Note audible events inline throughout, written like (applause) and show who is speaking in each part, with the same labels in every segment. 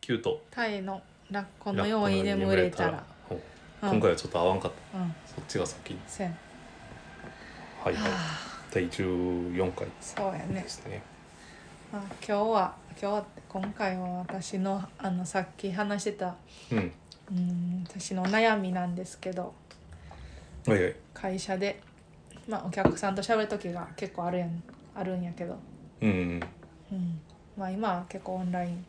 Speaker 1: キュート
Speaker 2: タイのラッコのように眠れたら、
Speaker 1: ほう
Speaker 2: うん、
Speaker 1: 今回はちょっと合わんかった
Speaker 2: うん
Speaker 1: そっちが先
Speaker 2: せん
Speaker 1: はいはい
Speaker 2: あ
Speaker 1: 第14回
Speaker 2: そうやね
Speaker 1: ですね
Speaker 2: あ今日は今日はって今回は私のあのさっき話してた
Speaker 1: うん
Speaker 2: うん私の悩みなんですけど
Speaker 1: はいはい
Speaker 2: 会社で、まあ、お客さんと喋る時が結構あるやんあるんやけど、
Speaker 1: うん
Speaker 2: うんまあ、今は結構オンライン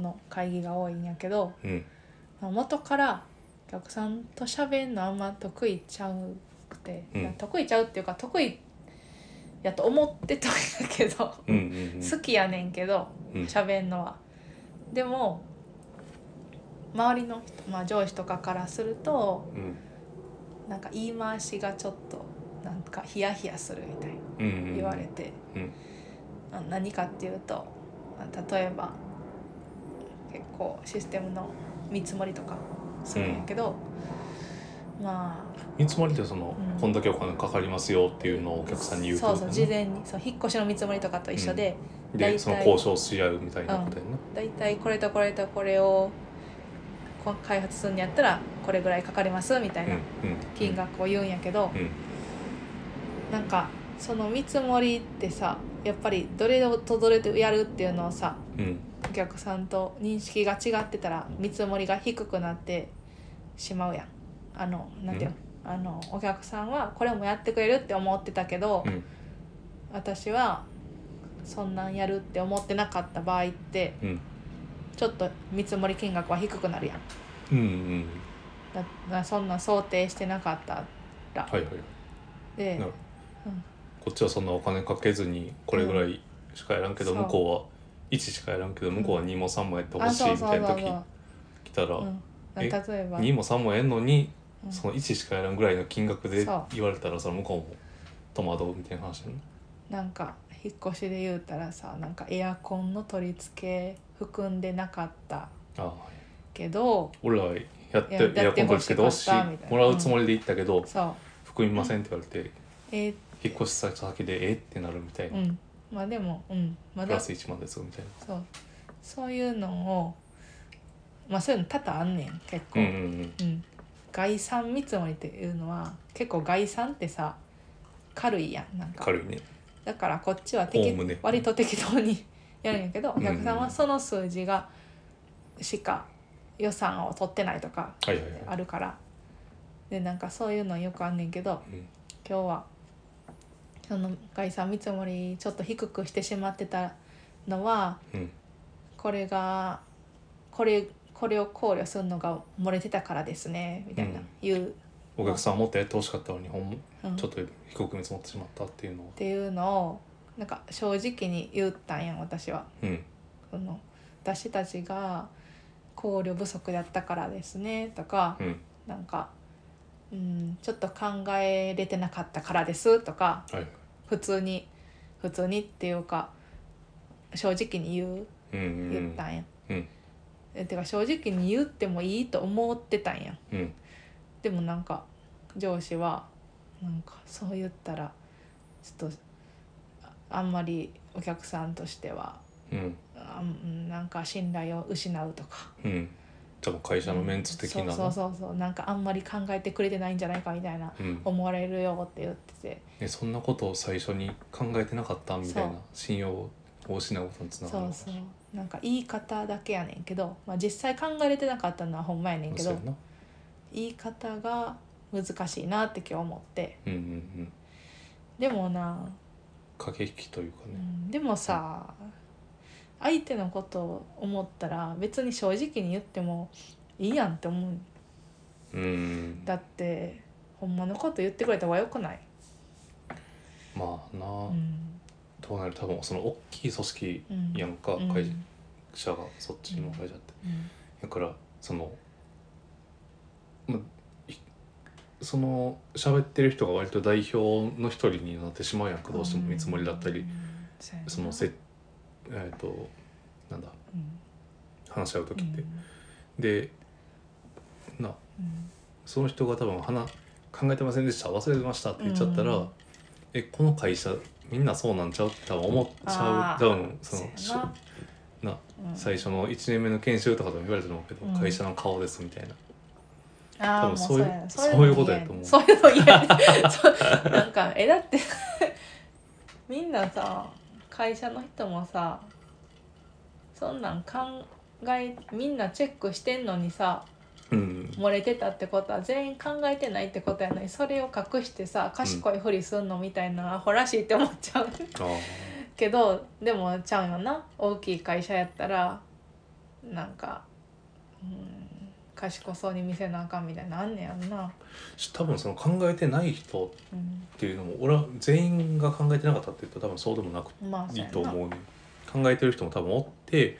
Speaker 2: の会議が多いんやけど、
Speaker 1: うんうん
Speaker 2: まあ、元からお客さんと喋るのあんま得意ちゃうくて、
Speaker 1: うん
Speaker 2: いや得意ちゃうっていうか得意やと思ってたんやけど、
Speaker 1: うんうん
Speaker 2: 好きやねんけど
Speaker 1: うん
Speaker 2: 喋んのは。でも周りの人、まあ、上司とかからすると
Speaker 1: うん
Speaker 2: なんか言い回しがちょっとなんかヒヤヒヤするみたいな
Speaker 1: うんうん
Speaker 2: 言われて、
Speaker 1: うん
Speaker 2: あ何かっていうとまあ例えば結構システムの見積もりとかするんやけど、まあ
Speaker 1: 見積もりってその、
Speaker 2: うん
Speaker 1: こんだけお金かかりますよっていうのをお客さんに言うって
Speaker 2: そ
Speaker 1: こ
Speaker 2: う
Speaker 1: とだ
Speaker 2: そう
Speaker 1: よね
Speaker 2: 事前にそう引っ越しの見積もりとかと一緒で、大
Speaker 1: で
Speaker 2: 体
Speaker 1: その交渉し合うみたいなことやな、
Speaker 2: だいたいこれとこれとこれをこ開発するんやったらこれぐらいかかりますみたい
Speaker 1: うん
Speaker 2: な
Speaker 1: うん、
Speaker 2: 金額を言うんやけど。
Speaker 1: うん
Speaker 2: なんかその見積もりってさやっぱりどれとどれでやるっていうのをさ
Speaker 1: うん
Speaker 2: お客さんと認識が違ってたら見積もりが低くなってしまうやん。あのなんていうの,、あのお客さんはこれもやってくれるって思ってたけど、
Speaker 1: うん
Speaker 2: 私はそんなんやるって思ってなかった場合って
Speaker 1: うん
Speaker 2: ちょっと見積もり金額は低くなるやん。
Speaker 1: うんうん
Speaker 2: だだそんなん想定してなかったら。
Speaker 1: はいはい
Speaker 2: で、
Speaker 1: なる
Speaker 2: うん
Speaker 1: こっちはそんなお金かけずにこれぐらいしかやらんけど、
Speaker 2: うんそう
Speaker 1: 向こうは1しかやらんけど向こうは2も3もやってほ
Speaker 2: あ
Speaker 1: しい
Speaker 2: そう
Speaker 1: み
Speaker 2: そ
Speaker 1: た
Speaker 2: う
Speaker 1: い
Speaker 2: そ
Speaker 1: な
Speaker 2: う
Speaker 1: 時
Speaker 2: そう
Speaker 1: 来たら、
Speaker 2: うん、
Speaker 1: え
Speaker 2: 例えば
Speaker 1: 2も3もやんのに、
Speaker 2: うん
Speaker 1: その1しかやらんぐらいの金額で
Speaker 2: そう
Speaker 1: 言われたらさ向こうも戸惑うみたいな話やな
Speaker 2: なんか引っ越しで言うたらさなんかエアコンの取り付け含んでなかった
Speaker 1: ああ
Speaker 2: けど
Speaker 1: 俺らやって
Speaker 2: いや
Speaker 1: エアコン取り付けてほしい
Speaker 2: やって欲しかったみたいな
Speaker 1: もらうつもりで行ったけど、
Speaker 2: そう
Speaker 1: 含みませんって言われて、
Speaker 2: え
Speaker 1: 引っ越し先でえってなるみたいうな、
Speaker 2: んまあでもうんま
Speaker 1: プラ
Speaker 2: だ
Speaker 1: ス1万ですよみたいな。
Speaker 2: そうそういうのをまあそういうの多々あんねん結構、
Speaker 1: うんうん
Speaker 2: うん概算見積もりっていうのは結構概算ってさ軽いやんなん
Speaker 1: うん、
Speaker 2: か
Speaker 1: 軽いね。
Speaker 2: だからこっちは適
Speaker 1: おおむね
Speaker 2: 割と適当に (laughs) やるんやけどお客さん
Speaker 1: うんう
Speaker 2: は
Speaker 1: ん
Speaker 2: その数字がしか予算を取ってないとか
Speaker 1: はいはいはい。
Speaker 2: あるからでなんかそういうのよくあんねんけど
Speaker 1: うん
Speaker 2: 今日はその概算見積もりちょっと低くしてしまってたのは
Speaker 1: うん
Speaker 2: これがこれこれを考慮するのが漏れてたからですねみたいな、
Speaker 1: うん
Speaker 2: いう、
Speaker 1: お客さんはもっとやってほしかったのにほん
Speaker 2: うん
Speaker 1: ちょっ
Speaker 2: っ
Speaker 1: と低く見積もってしまったっていうのは。
Speaker 2: ていうのをなんか正直に言ったんやん私は。
Speaker 1: うん
Speaker 2: その私たちが考慮不足だったからですねとか
Speaker 1: うん
Speaker 2: なんか、うん、ちょっと考えれてなかったからですとか
Speaker 1: はいはい。
Speaker 2: 普通に普通にっていうか正直に言う
Speaker 1: うんうんう
Speaker 2: 言
Speaker 1: ん
Speaker 2: ったんや、
Speaker 1: うん
Speaker 2: えてか正直に言ってもいいと思ってたんや
Speaker 1: うん
Speaker 2: でもなんか上司はなんかそう言ったらちょっとああんまりお客さんとしては
Speaker 1: うん
Speaker 2: あうんなんか信頼を失うとか
Speaker 1: うん。多分会社のメンツ的な。
Speaker 2: そうそうそうそうなんかあんまり考えてくれてないんじゃないかみたいな
Speaker 1: うん、
Speaker 2: 思われるよって言って
Speaker 1: えそんなことを最初に考えてなかったみたいな
Speaker 2: そう
Speaker 1: 信用を失うことにつ
Speaker 2: て
Speaker 1: な
Speaker 2: そ
Speaker 1: が
Speaker 2: う
Speaker 1: る
Speaker 2: そうなんか言い方だけやねんけど、まあ、実際考えれてなかったのはほんまやねんけ
Speaker 1: そう
Speaker 2: ど
Speaker 1: やな
Speaker 2: 言い方が難しいなって今日思って
Speaker 1: うんうんうん
Speaker 2: でもな、
Speaker 1: 駆け引きというか
Speaker 2: う
Speaker 1: ね、
Speaker 2: ん、でもさ相手のことを思ったら別に正直に言ってもいいやんって思うん
Speaker 1: うん、
Speaker 2: だってほんまのこと言ってくれた方がよくない、
Speaker 1: まあなあ、
Speaker 2: うん
Speaker 1: どうなる多分その大きい組織
Speaker 2: うん、
Speaker 1: やんか、
Speaker 2: うん
Speaker 1: 会社がそっちの会社って、
Speaker 2: うん
Speaker 1: だからその、ま、いその喋ってる人が割と代表の一人になってしまうやんかどうしても見積もりだったり、
Speaker 2: うんそうやな
Speaker 1: そのせえっ、となんだ
Speaker 2: うん
Speaker 1: 話し合う時って、
Speaker 2: うん
Speaker 1: でな
Speaker 2: うん
Speaker 1: その人が多分話考えてませんでした忘れてましたって言っちゃったら、
Speaker 2: うん
Speaker 1: えこの会社みんなそうなんちゃうって多分思っちゃう
Speaker 2: あー
Speaker 1: 多分そ
Speaker 2: そう
Speaker 1: の
Speaker 2: や
Speaker 1: し
Speaker 2: な
Speaker 1: な
Speaker 2: うん
Speaker 1: 最初の1年目の研修とかでも言われてるけど、
Speaker 2: うん
Speaker 1: 会社の顔ですみたいな
Speaker 2: あ
Speaker 1: 多分
Speaker 2: あも
Speaker 1: そういう
Speaker 2: やね
Speaker 1: そういうことやと思う
Speaker 2: そういうの嫌やねそうなんかえだって (laughs) みんなさ会社の人もさそんなん考えみんなチェックしてんのにさ
Speaker 1: うん
Speaker 2: 漏れてたってことは全員考えてないってことやのにそれを隠してさ賢いふりすんのみたいなアホらしいって思っちゃう
Speaker 1: ああ
Speaker 2: けどでもちゃうよな大きい会社やったらなんかうん賢そうに見せなあかんみたいなのあんねやんな。
Speaker 1: し多分その考えてない人っ
Speaker 2: うん
Speaker 1: ていうのも俺は全員が考えてなかったって言うと多分そうでもなく
Speaker 2: まあ、
Speaker 1: いいと
Speaker 2: そうや
Speaker 1: 思うね考えてる人も多分おって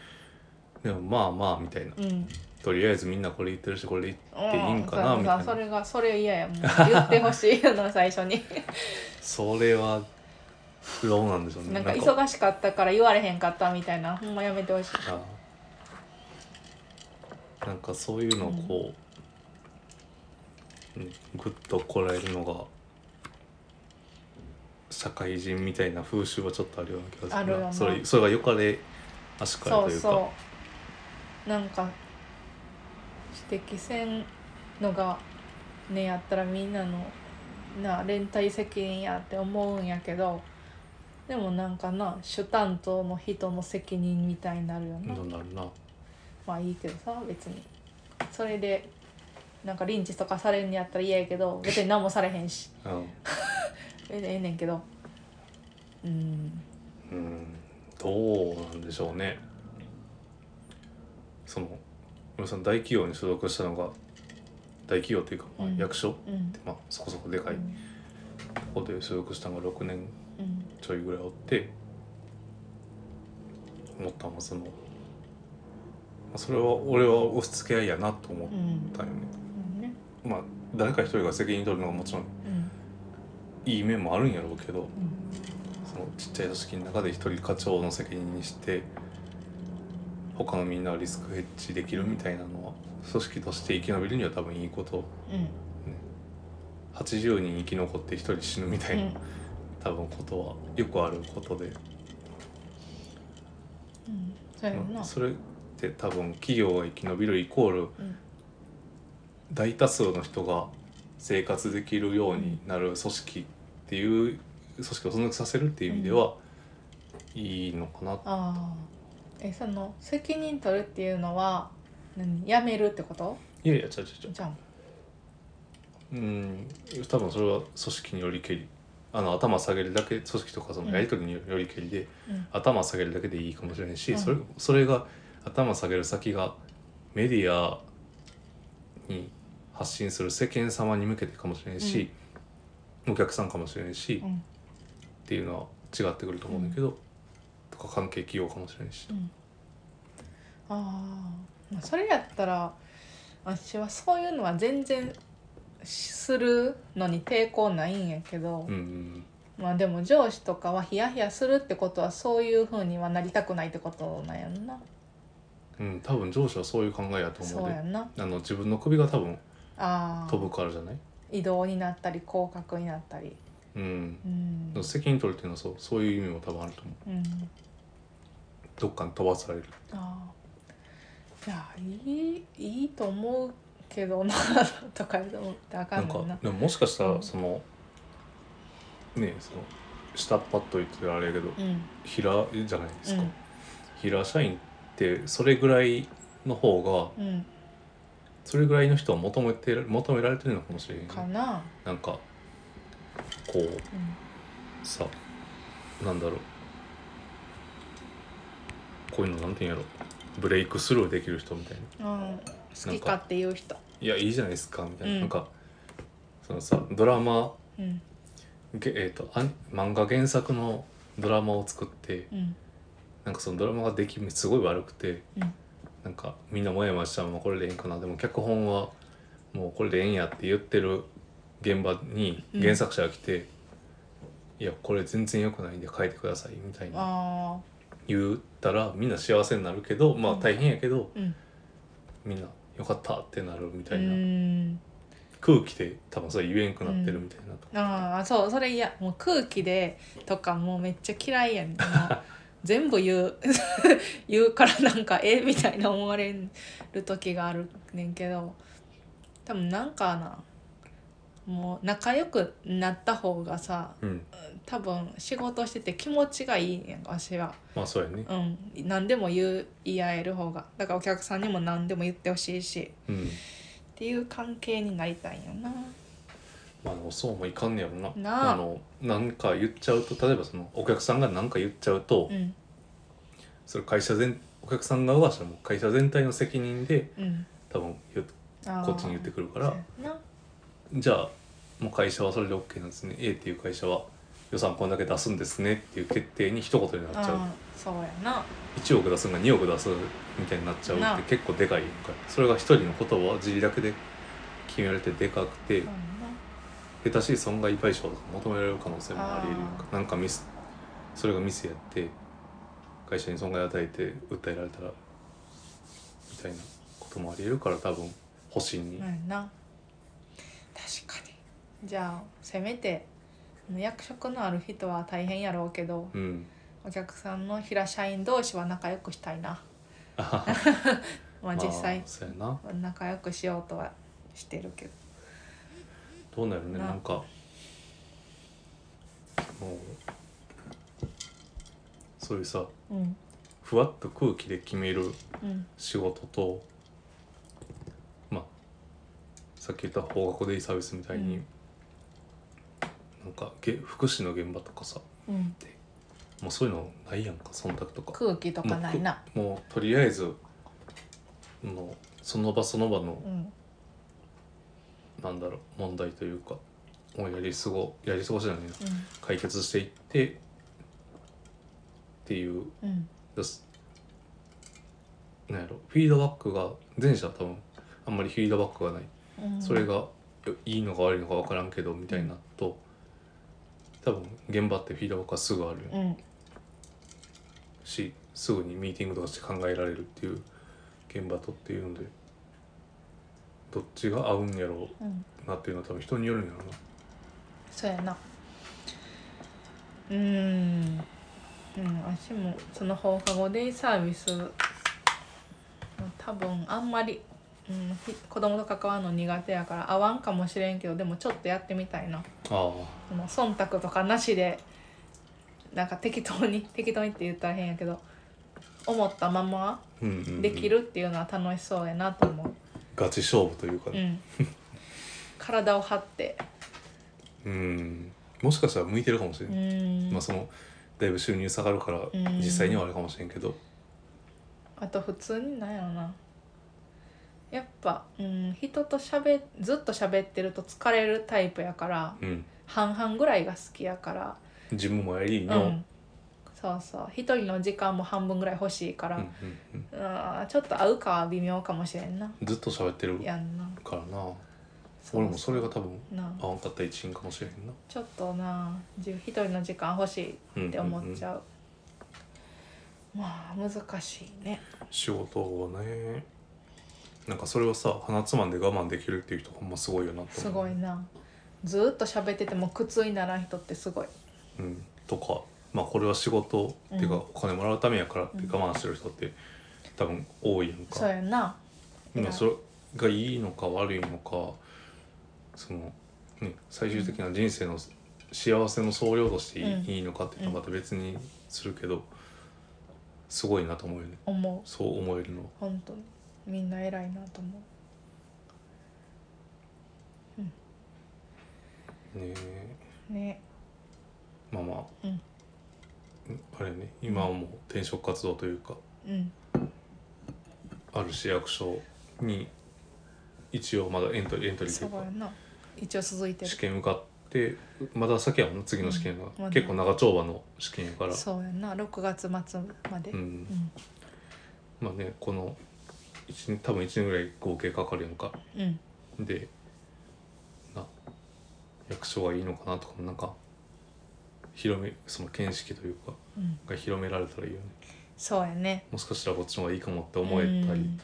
Speaker 1: でもまあまあみたいな
Speaker 2: な。うん。
Speaker 1: とりあえずみんなこれ言ってるしこれ言って
Speaker 2: で
Speaker 1: いいんかなみたいな
Speaker 2: それがそれ嫌やもう言ってほしいよな最初に。
Speaker 1: それはどうなん (laughs) でしょうね
Speaker 2: なんか忙しかったから言われへんかったみたいなほんまやめてほしい。
Speaker 1: ああなんかそういうのをこう、うん、ぐっとこらえるのが社会人みたいな風習はちょっとあるような気がするな
Speaker 2: あるよな
Speaker 1: それそれがよかれあしかれ
Speaker 2: そ
Speaker 1: と
Speaker 2: う
Speaker 1: いうか
Speaker 2: そう。なんか指摘せんのがねやったらみんなのな連帯責任やって思うんやけど。でもなんかな主担当の人の責任みたいになるよな
Speaker 1: どうなるな
Speaker 2: まあいいけどさ別にそれでなんかリンチとかされんのやったら嫌やけど別に何もされへんし
Speaker 1: うん、
Speaker 2: ええねんええねんけどうん
Speaker 1: うん、どうなんでしょうねその俺さん大企業に所属したのが大企業というか、まあ
Speaker 2: うん
Speaker 1: 役所っ
Speaker 2: うん
Speaker 1: て、まあ、そこそこでかい
Speaker 2: うん
Speaker 1: とこで所属したのが6年
Speaker 2: うん
Speaker 1: ちょいぐらいおって思ったのはその、まあ、それは俺は押し付け合いやなと思っ
Speaker 2: うん
Speaker 1: たよね、
Speaker 2: うんね
Speaker 1: まあ誰か一人が責任取るのはもちろん
Speaker 2: うん
Speaker 1: いい面もあるんやろうけど
Speaker 2: うん
Speaker 1: そのちっちゃい組織の中で一人課長の責任にして他のみんなはリスクヘッジできるみたいなのは組織として生き延びるには多分いいこと
Speaker 2: うん
Speaker 1: 80人生き残って一人死ぬみたいな、
Speaker 2: うん
Speaker 1: 多分ことはよくあることで
Speaker 2: うんそうやろな
Speaker 1: それって多分企業が生き延びるイコール
Speaker 2: うん
Speaker 1: 大多数の人が生活できるようになる組織っていう組織を存続させるっていう意味では、いいのかな
Speaker 2: ああえその責任取るっていうのは何やめるってこと
Speaker 1: いやいやちゃうちゃうちゃう
Speaker 2: じゃん
Speaker 1: うん多分それは組織によりけりあの頭下げるだけ組織とかそのやり取りによりけりで、
Speaker 2: うん
Speaker 1: 頭下げるだけでいいかもしれないし、
Speaker 2: うん
Speaker 1: それそれが頭下げる先がメディアに発信する世間様に向けてかもしれないし、お客さんかもしれないし、
Speaker 2: う
Speaker 1: っ
Speaker 2: ん
Speaker 1: ていうのは違ってくると思うんだけど、とか関係企業かもしれないし、
Speaker 2: うん、あーまあそれやったら私はそういうのは全然しするのに抵抗ないんやけど
Speaker 1: う、んうん
Speaker 2: まあでも上司とかはヒヤヒヤするってことはそういうふうにはなりたくないってことなんやんな
Speaker 1: うん、多分上司はそういう考えやと思
Speaker 2: そうう
Speaker 1: で
Speaker 2: やんな
Speaker 1: あの自分の首が多分
Speaker 2: あー
Speaker 1: 飛ぶからじゃない、
Speaker 2: 移動になったり降格になったり
Speaker 1: うん、
Speaker 2: うん、
Speaker 1: 責任取るっていうのはそうそういう意味も多分あると思う
Speaker 2: うん、
Speaker 1: どっかに飛ばされる
Speaker 2: あーいやいいいいと思うけどな (laughs) とか言うとあか
Speaker 1: なんん
Speaker 2: ね
Speaker 1: か
Speaker 2: んな
Speaker 1: でももしかした
Speaker 2: う
Speaker 1: ら
Speaker 2: ん
Speaker 1: その、ねえその下っ端と言ってあれやけど
Speaker 2: うん
Speaker 1: 平じゃないですか、
Speaker 2: うん
Speaker 1: 平社員ってそれぐらいの方が
Speaker 2: うん
Speaker 1: それぐらいの人は求めてる求められてるのかもしれへんね
Speaker 2: かな、
Speaker 1: なんかこう
Speaker 2: うん
Speaker 1: さなんだろうこういうのなんて言うんやろブレイクスルーできる人みたいな
Speaker 2: うん、好きかっていう人。
Speaker 1: いやいいじゃないですかみたいな、
Speaker 2: うん
Speaker 1: なんかそのさドラマ
Speaker 2: うん
Speaker 1: げえー、とアニ漫画原作のドラマを作って
Speaker 2: うん
Speaker 1: なんかそのドラマが出来すごい悪くて
Speaker 2: うん
Speaker 1: なんかみんなもやもやしたままこれでええんかなでも脚本はもうこれでええんやって言ってる現場に
Speaker 2: うん
Speaker 1: 原作者が来て「いやこれ全然良くないんで書いてください」みたいな
Speaker 2: あ
Speaker 1: 言ったらみんな幸せになるけどまあ大変やけど
Speaker 2: ーうん
Speaker 1: みんな「よかった」ってなるみ
Speaker 2: う
Speaker 1: たいな。
Speaker 2: ん
Speaker 1: 空気で多分それ言えんくなってるみたいなと、 (laughs)
Speaker 2: ああそうそれいやもう空気でとかもうめっちゃ嫌いやんな全部言う (laughs) 言うからなんかえみたいな思われる時があるねんけど多分なんかなもう仲良くなった方がさ
Speaker 1: うん
Speaker 2: 多分仕事してて気持ちがいいねんわしは。
Speaker 1: まあそうやね
Speaker 2: うん、何でも言う言い合える方がだからお客さんにも何でも言ってほしいし
Speaker 1: うん
Speaker 2: っていう関係になりたいんよな
Speaker 1: まあでもそうもいかんねやろな
Speaker 2: なあ
Speaker 1: のなんか言っちゃうと例えばそのお客さんが何か言っちゃうと、
Speaker 2: うん
Speaker 1: それ会社全お客さん側はそれもう会社全体の責任で
Speaker 2: うん
Speaker 1: 多分言う
Speaker 2: あー
Speaker 1: こっちに言ってくるから
Speaker 2: そうやな
Speaker 1: じゃあもう会社はそれで OK なんですね A っていう会社は予算こんだけ出すんですねっていう決定に一言になっちゃう
Speaker 2: あーそうやな
Speaker 1: 1億出すんが2億出すみたいになっちゃう
Speaker 2: なあ
Speaker 1: って結構でかいやんかそれが一人のことは自利だけで決められてでかくて、
Speaker 2: そうやな
Speaker 1: 下手しい損害賠償とか求められる可能性もありえるやんか
Speaker 2: あ
Speaker 1: なんかミスそれがミスやって会社に損害与えて訴えられたらみたいなこともありえるから多分保身に、
Speaker 2: うんな確かにじゃあせめて役職のある人は大変やろうけど
Speaker 1: うん
Speaker 2: お客さんの平社員同士は仲良くしたい
Speaker 1: (laughs)
Speaker 2: な
Speaker 1: あはは
Speaker 2: まあ実際
Speaker 1: まあそうやな
Speaker 2: 仲良くしようとはしてるけど
Speaker 1: どうなるね
Speaker 2: な
Speaker 1: なんかもうそういうさ
Speaker 2: うん
Speaker 1: ふわっと空気で決める
Speaker 2: うん
Speaker 1: 仕事とまあさっき言った法学デイサービスみたいに、
Speaker 2: うん
Speaker 1: なんかげ福祉の現場とかさ
Speaker 2: うん
Speaker 1: もうそういうのないやんか忖度とか
Speaker 2: 空気とかないな
Speaker 1: もうくもうとりあえずもうその場その場の
Speaker 2: うん
Speaker 1: なんだろう問題というかもうやり過ごやり過ごしじゃないな
Speaker 2: うん
Speaker 1: 解決していってっていう
Speaker 2: うん
Speaker 1: ですなんやろフィードバックが前者は多分あんまりフィードバックがない
Speaker 2: うん
Speaker 1: それがいいのか悪いのか分からんけどみたいなと多分現場ってフィードバックはすぐある
Speaker 2: うん
Speaker 1: しすぐにミーティングとかして考えられるっていう現場とっていうのでどっちが合うんやろ
Speaker 2: うん
Speaker 1: うなっていうのは多分人によるんやろうな
Speaker 2: そうやなうーんうん私もその放課後デイサービス多分あんまり、うん、ひ子供と関わるの苦手やから合わんかもしれんけどでもちょっとやってみたいな
Speaker 1: あ
Speaker 2: その忖度とかなしでなんか適当に (laughs) 適当にって言ったら変やけど思ったまま
Speaker 1: あ、うんうんうん
Speaker 2: できるっていうのは楽しそうやなと思う、
Speaker 1: ガチ勝負というか
Speaker 2: う
Speaker 1: ね (laughs)
Speaker 2: ん、体を張って
Speaker 1: うんもしかしたら向いてるかもしれ
Speaker 2: う
Speaker 1: ない、
Speaker 2: ん、
Speaker 1: まあそのだいぶ収入下がるから
Speaker 2: ん
Speaker 1: 実際にはあれかもしれんけど、
Speaker 2: あと普通になんやろなやっぱ、うん、人としゃべずっと喋ってると疲れるタイプやから
Speaker 1: うん、
Speaker 2: 半々ぐらいが好きやから、
Speaker 1: 自分もやり
Speaker 2: う
Speaker 1: の、
Speaker 2: ん、そうそう一人の時間も半分ぐらい欲しいか
Speaker 1: う
Speaker 2: ら、
Speaker 1: んうんうん
Speaker 2: うんちょっと合うかは微妙かもしれんな
Speaker 1: ずっと喋ってる
Speaker 2: やんな
Speaker 1: からな
Speaker 2: そう
Speaker 1: 俺もそれが多分
Speaker 2: な
Speaker 1: 合わんかった一因かもしれへんな
Speaker 2: ちょっとな自分一人の時間欲しいって思っちゃう,、まあ難しいね
Speaker 1: 仕事をねなんかそれをさ鼻つまんで我慢できるっていう人ほんますごいよなと
Speaker 2: す
Speaker 1: 思う
Speaker 2: ごいなずーっと喋ってても苦痛にならん人ってすごい
Speaker 1: うん、とかまあこれは仕事、っていうか
Speaker 2: うん
Speaker 1: お金もらうためやからって
Speaker 2: うん
Speaker 1: 我慢してる人って多分多いやんか、
Speaker 2: そうやな
Speaker 1: まあそれがいいのか悪いのかその、ね、最終的な人生の幸せの総量としていい,、
Speaker 2: うん
Speaker 1: のかっていうのはまた別にするけど、すごいなと思うよね
Speaker 2: 思う
Speaker 1: そう思えるのは
Speaker 2: 本当にみんな偉いなと思
Speaker 1: ねえ
Speaker 2: うね
Speaker 1: まあまあ、
Speaker 2: うん
Speaker 1: あれね今はもう転職活動というか
Speaker 2: うん
Speaker 1: ある市役所に一応まだエントリーエントリーと
Speaker 2: そ
Speaker 1: いう
Speaker 2: う
Speaker 1: か
Speaker 2: やな一応続いて
Speaker 1: 試
Speaker 2: る
Speaker 1: 験受かってまだ先やもんな次の試験が、
Speaker 2: まだ
Speaker 1: 結構長丁場の試験やから
Speaker 2: そうやな6月末まで、
Speaker 1: うん
Speaker 2: うん
Speaker 1: まあねこの一年多分1年ぐらい合計かかるやんか
Speaker 2: うん
Speaker 1: でな役所がいいのかなとかもなんか広めその見識というか
Speaker 2: うん
Speaker 1: が広められたらいいよね
Speaker 2: そうやね
Speaker 1: もしかしたらこっちの方がいいかもって思えたり、
Speaker 2: うん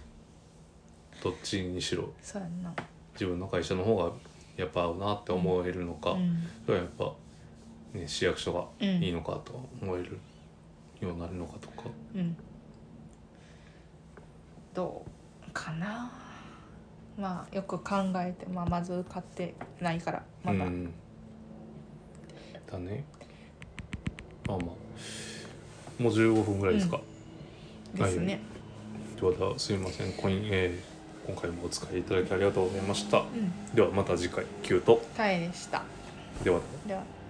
Speaker 1: どっちにしろ
Speaker 2: そうやな
Speaker 1: 自分の会社の方がやっぱ合うなって思えるのか、
Speaker 2: うん
Speaker 1: それはやっぱ、ね、市役所が
Speaker 2: うん
Speaker 1: いいのかと思えるようようになるのかとか
Speaker 2: うんどうかなまあよく考えて、まあ、まず買ってないからまだ、
Speaker 1: うん、だねまあまあもう15分ぐらいですか、
Speaker 2: ですね、
Speaker 1: ではすいませんコイン、えー今回もお使いいただきありがとうございました
Speaker 2: うん
Speaker 1: ではまた次回キュート
Speaker 2: タイでした
Speaker 1: ではでは
Speaker 2: では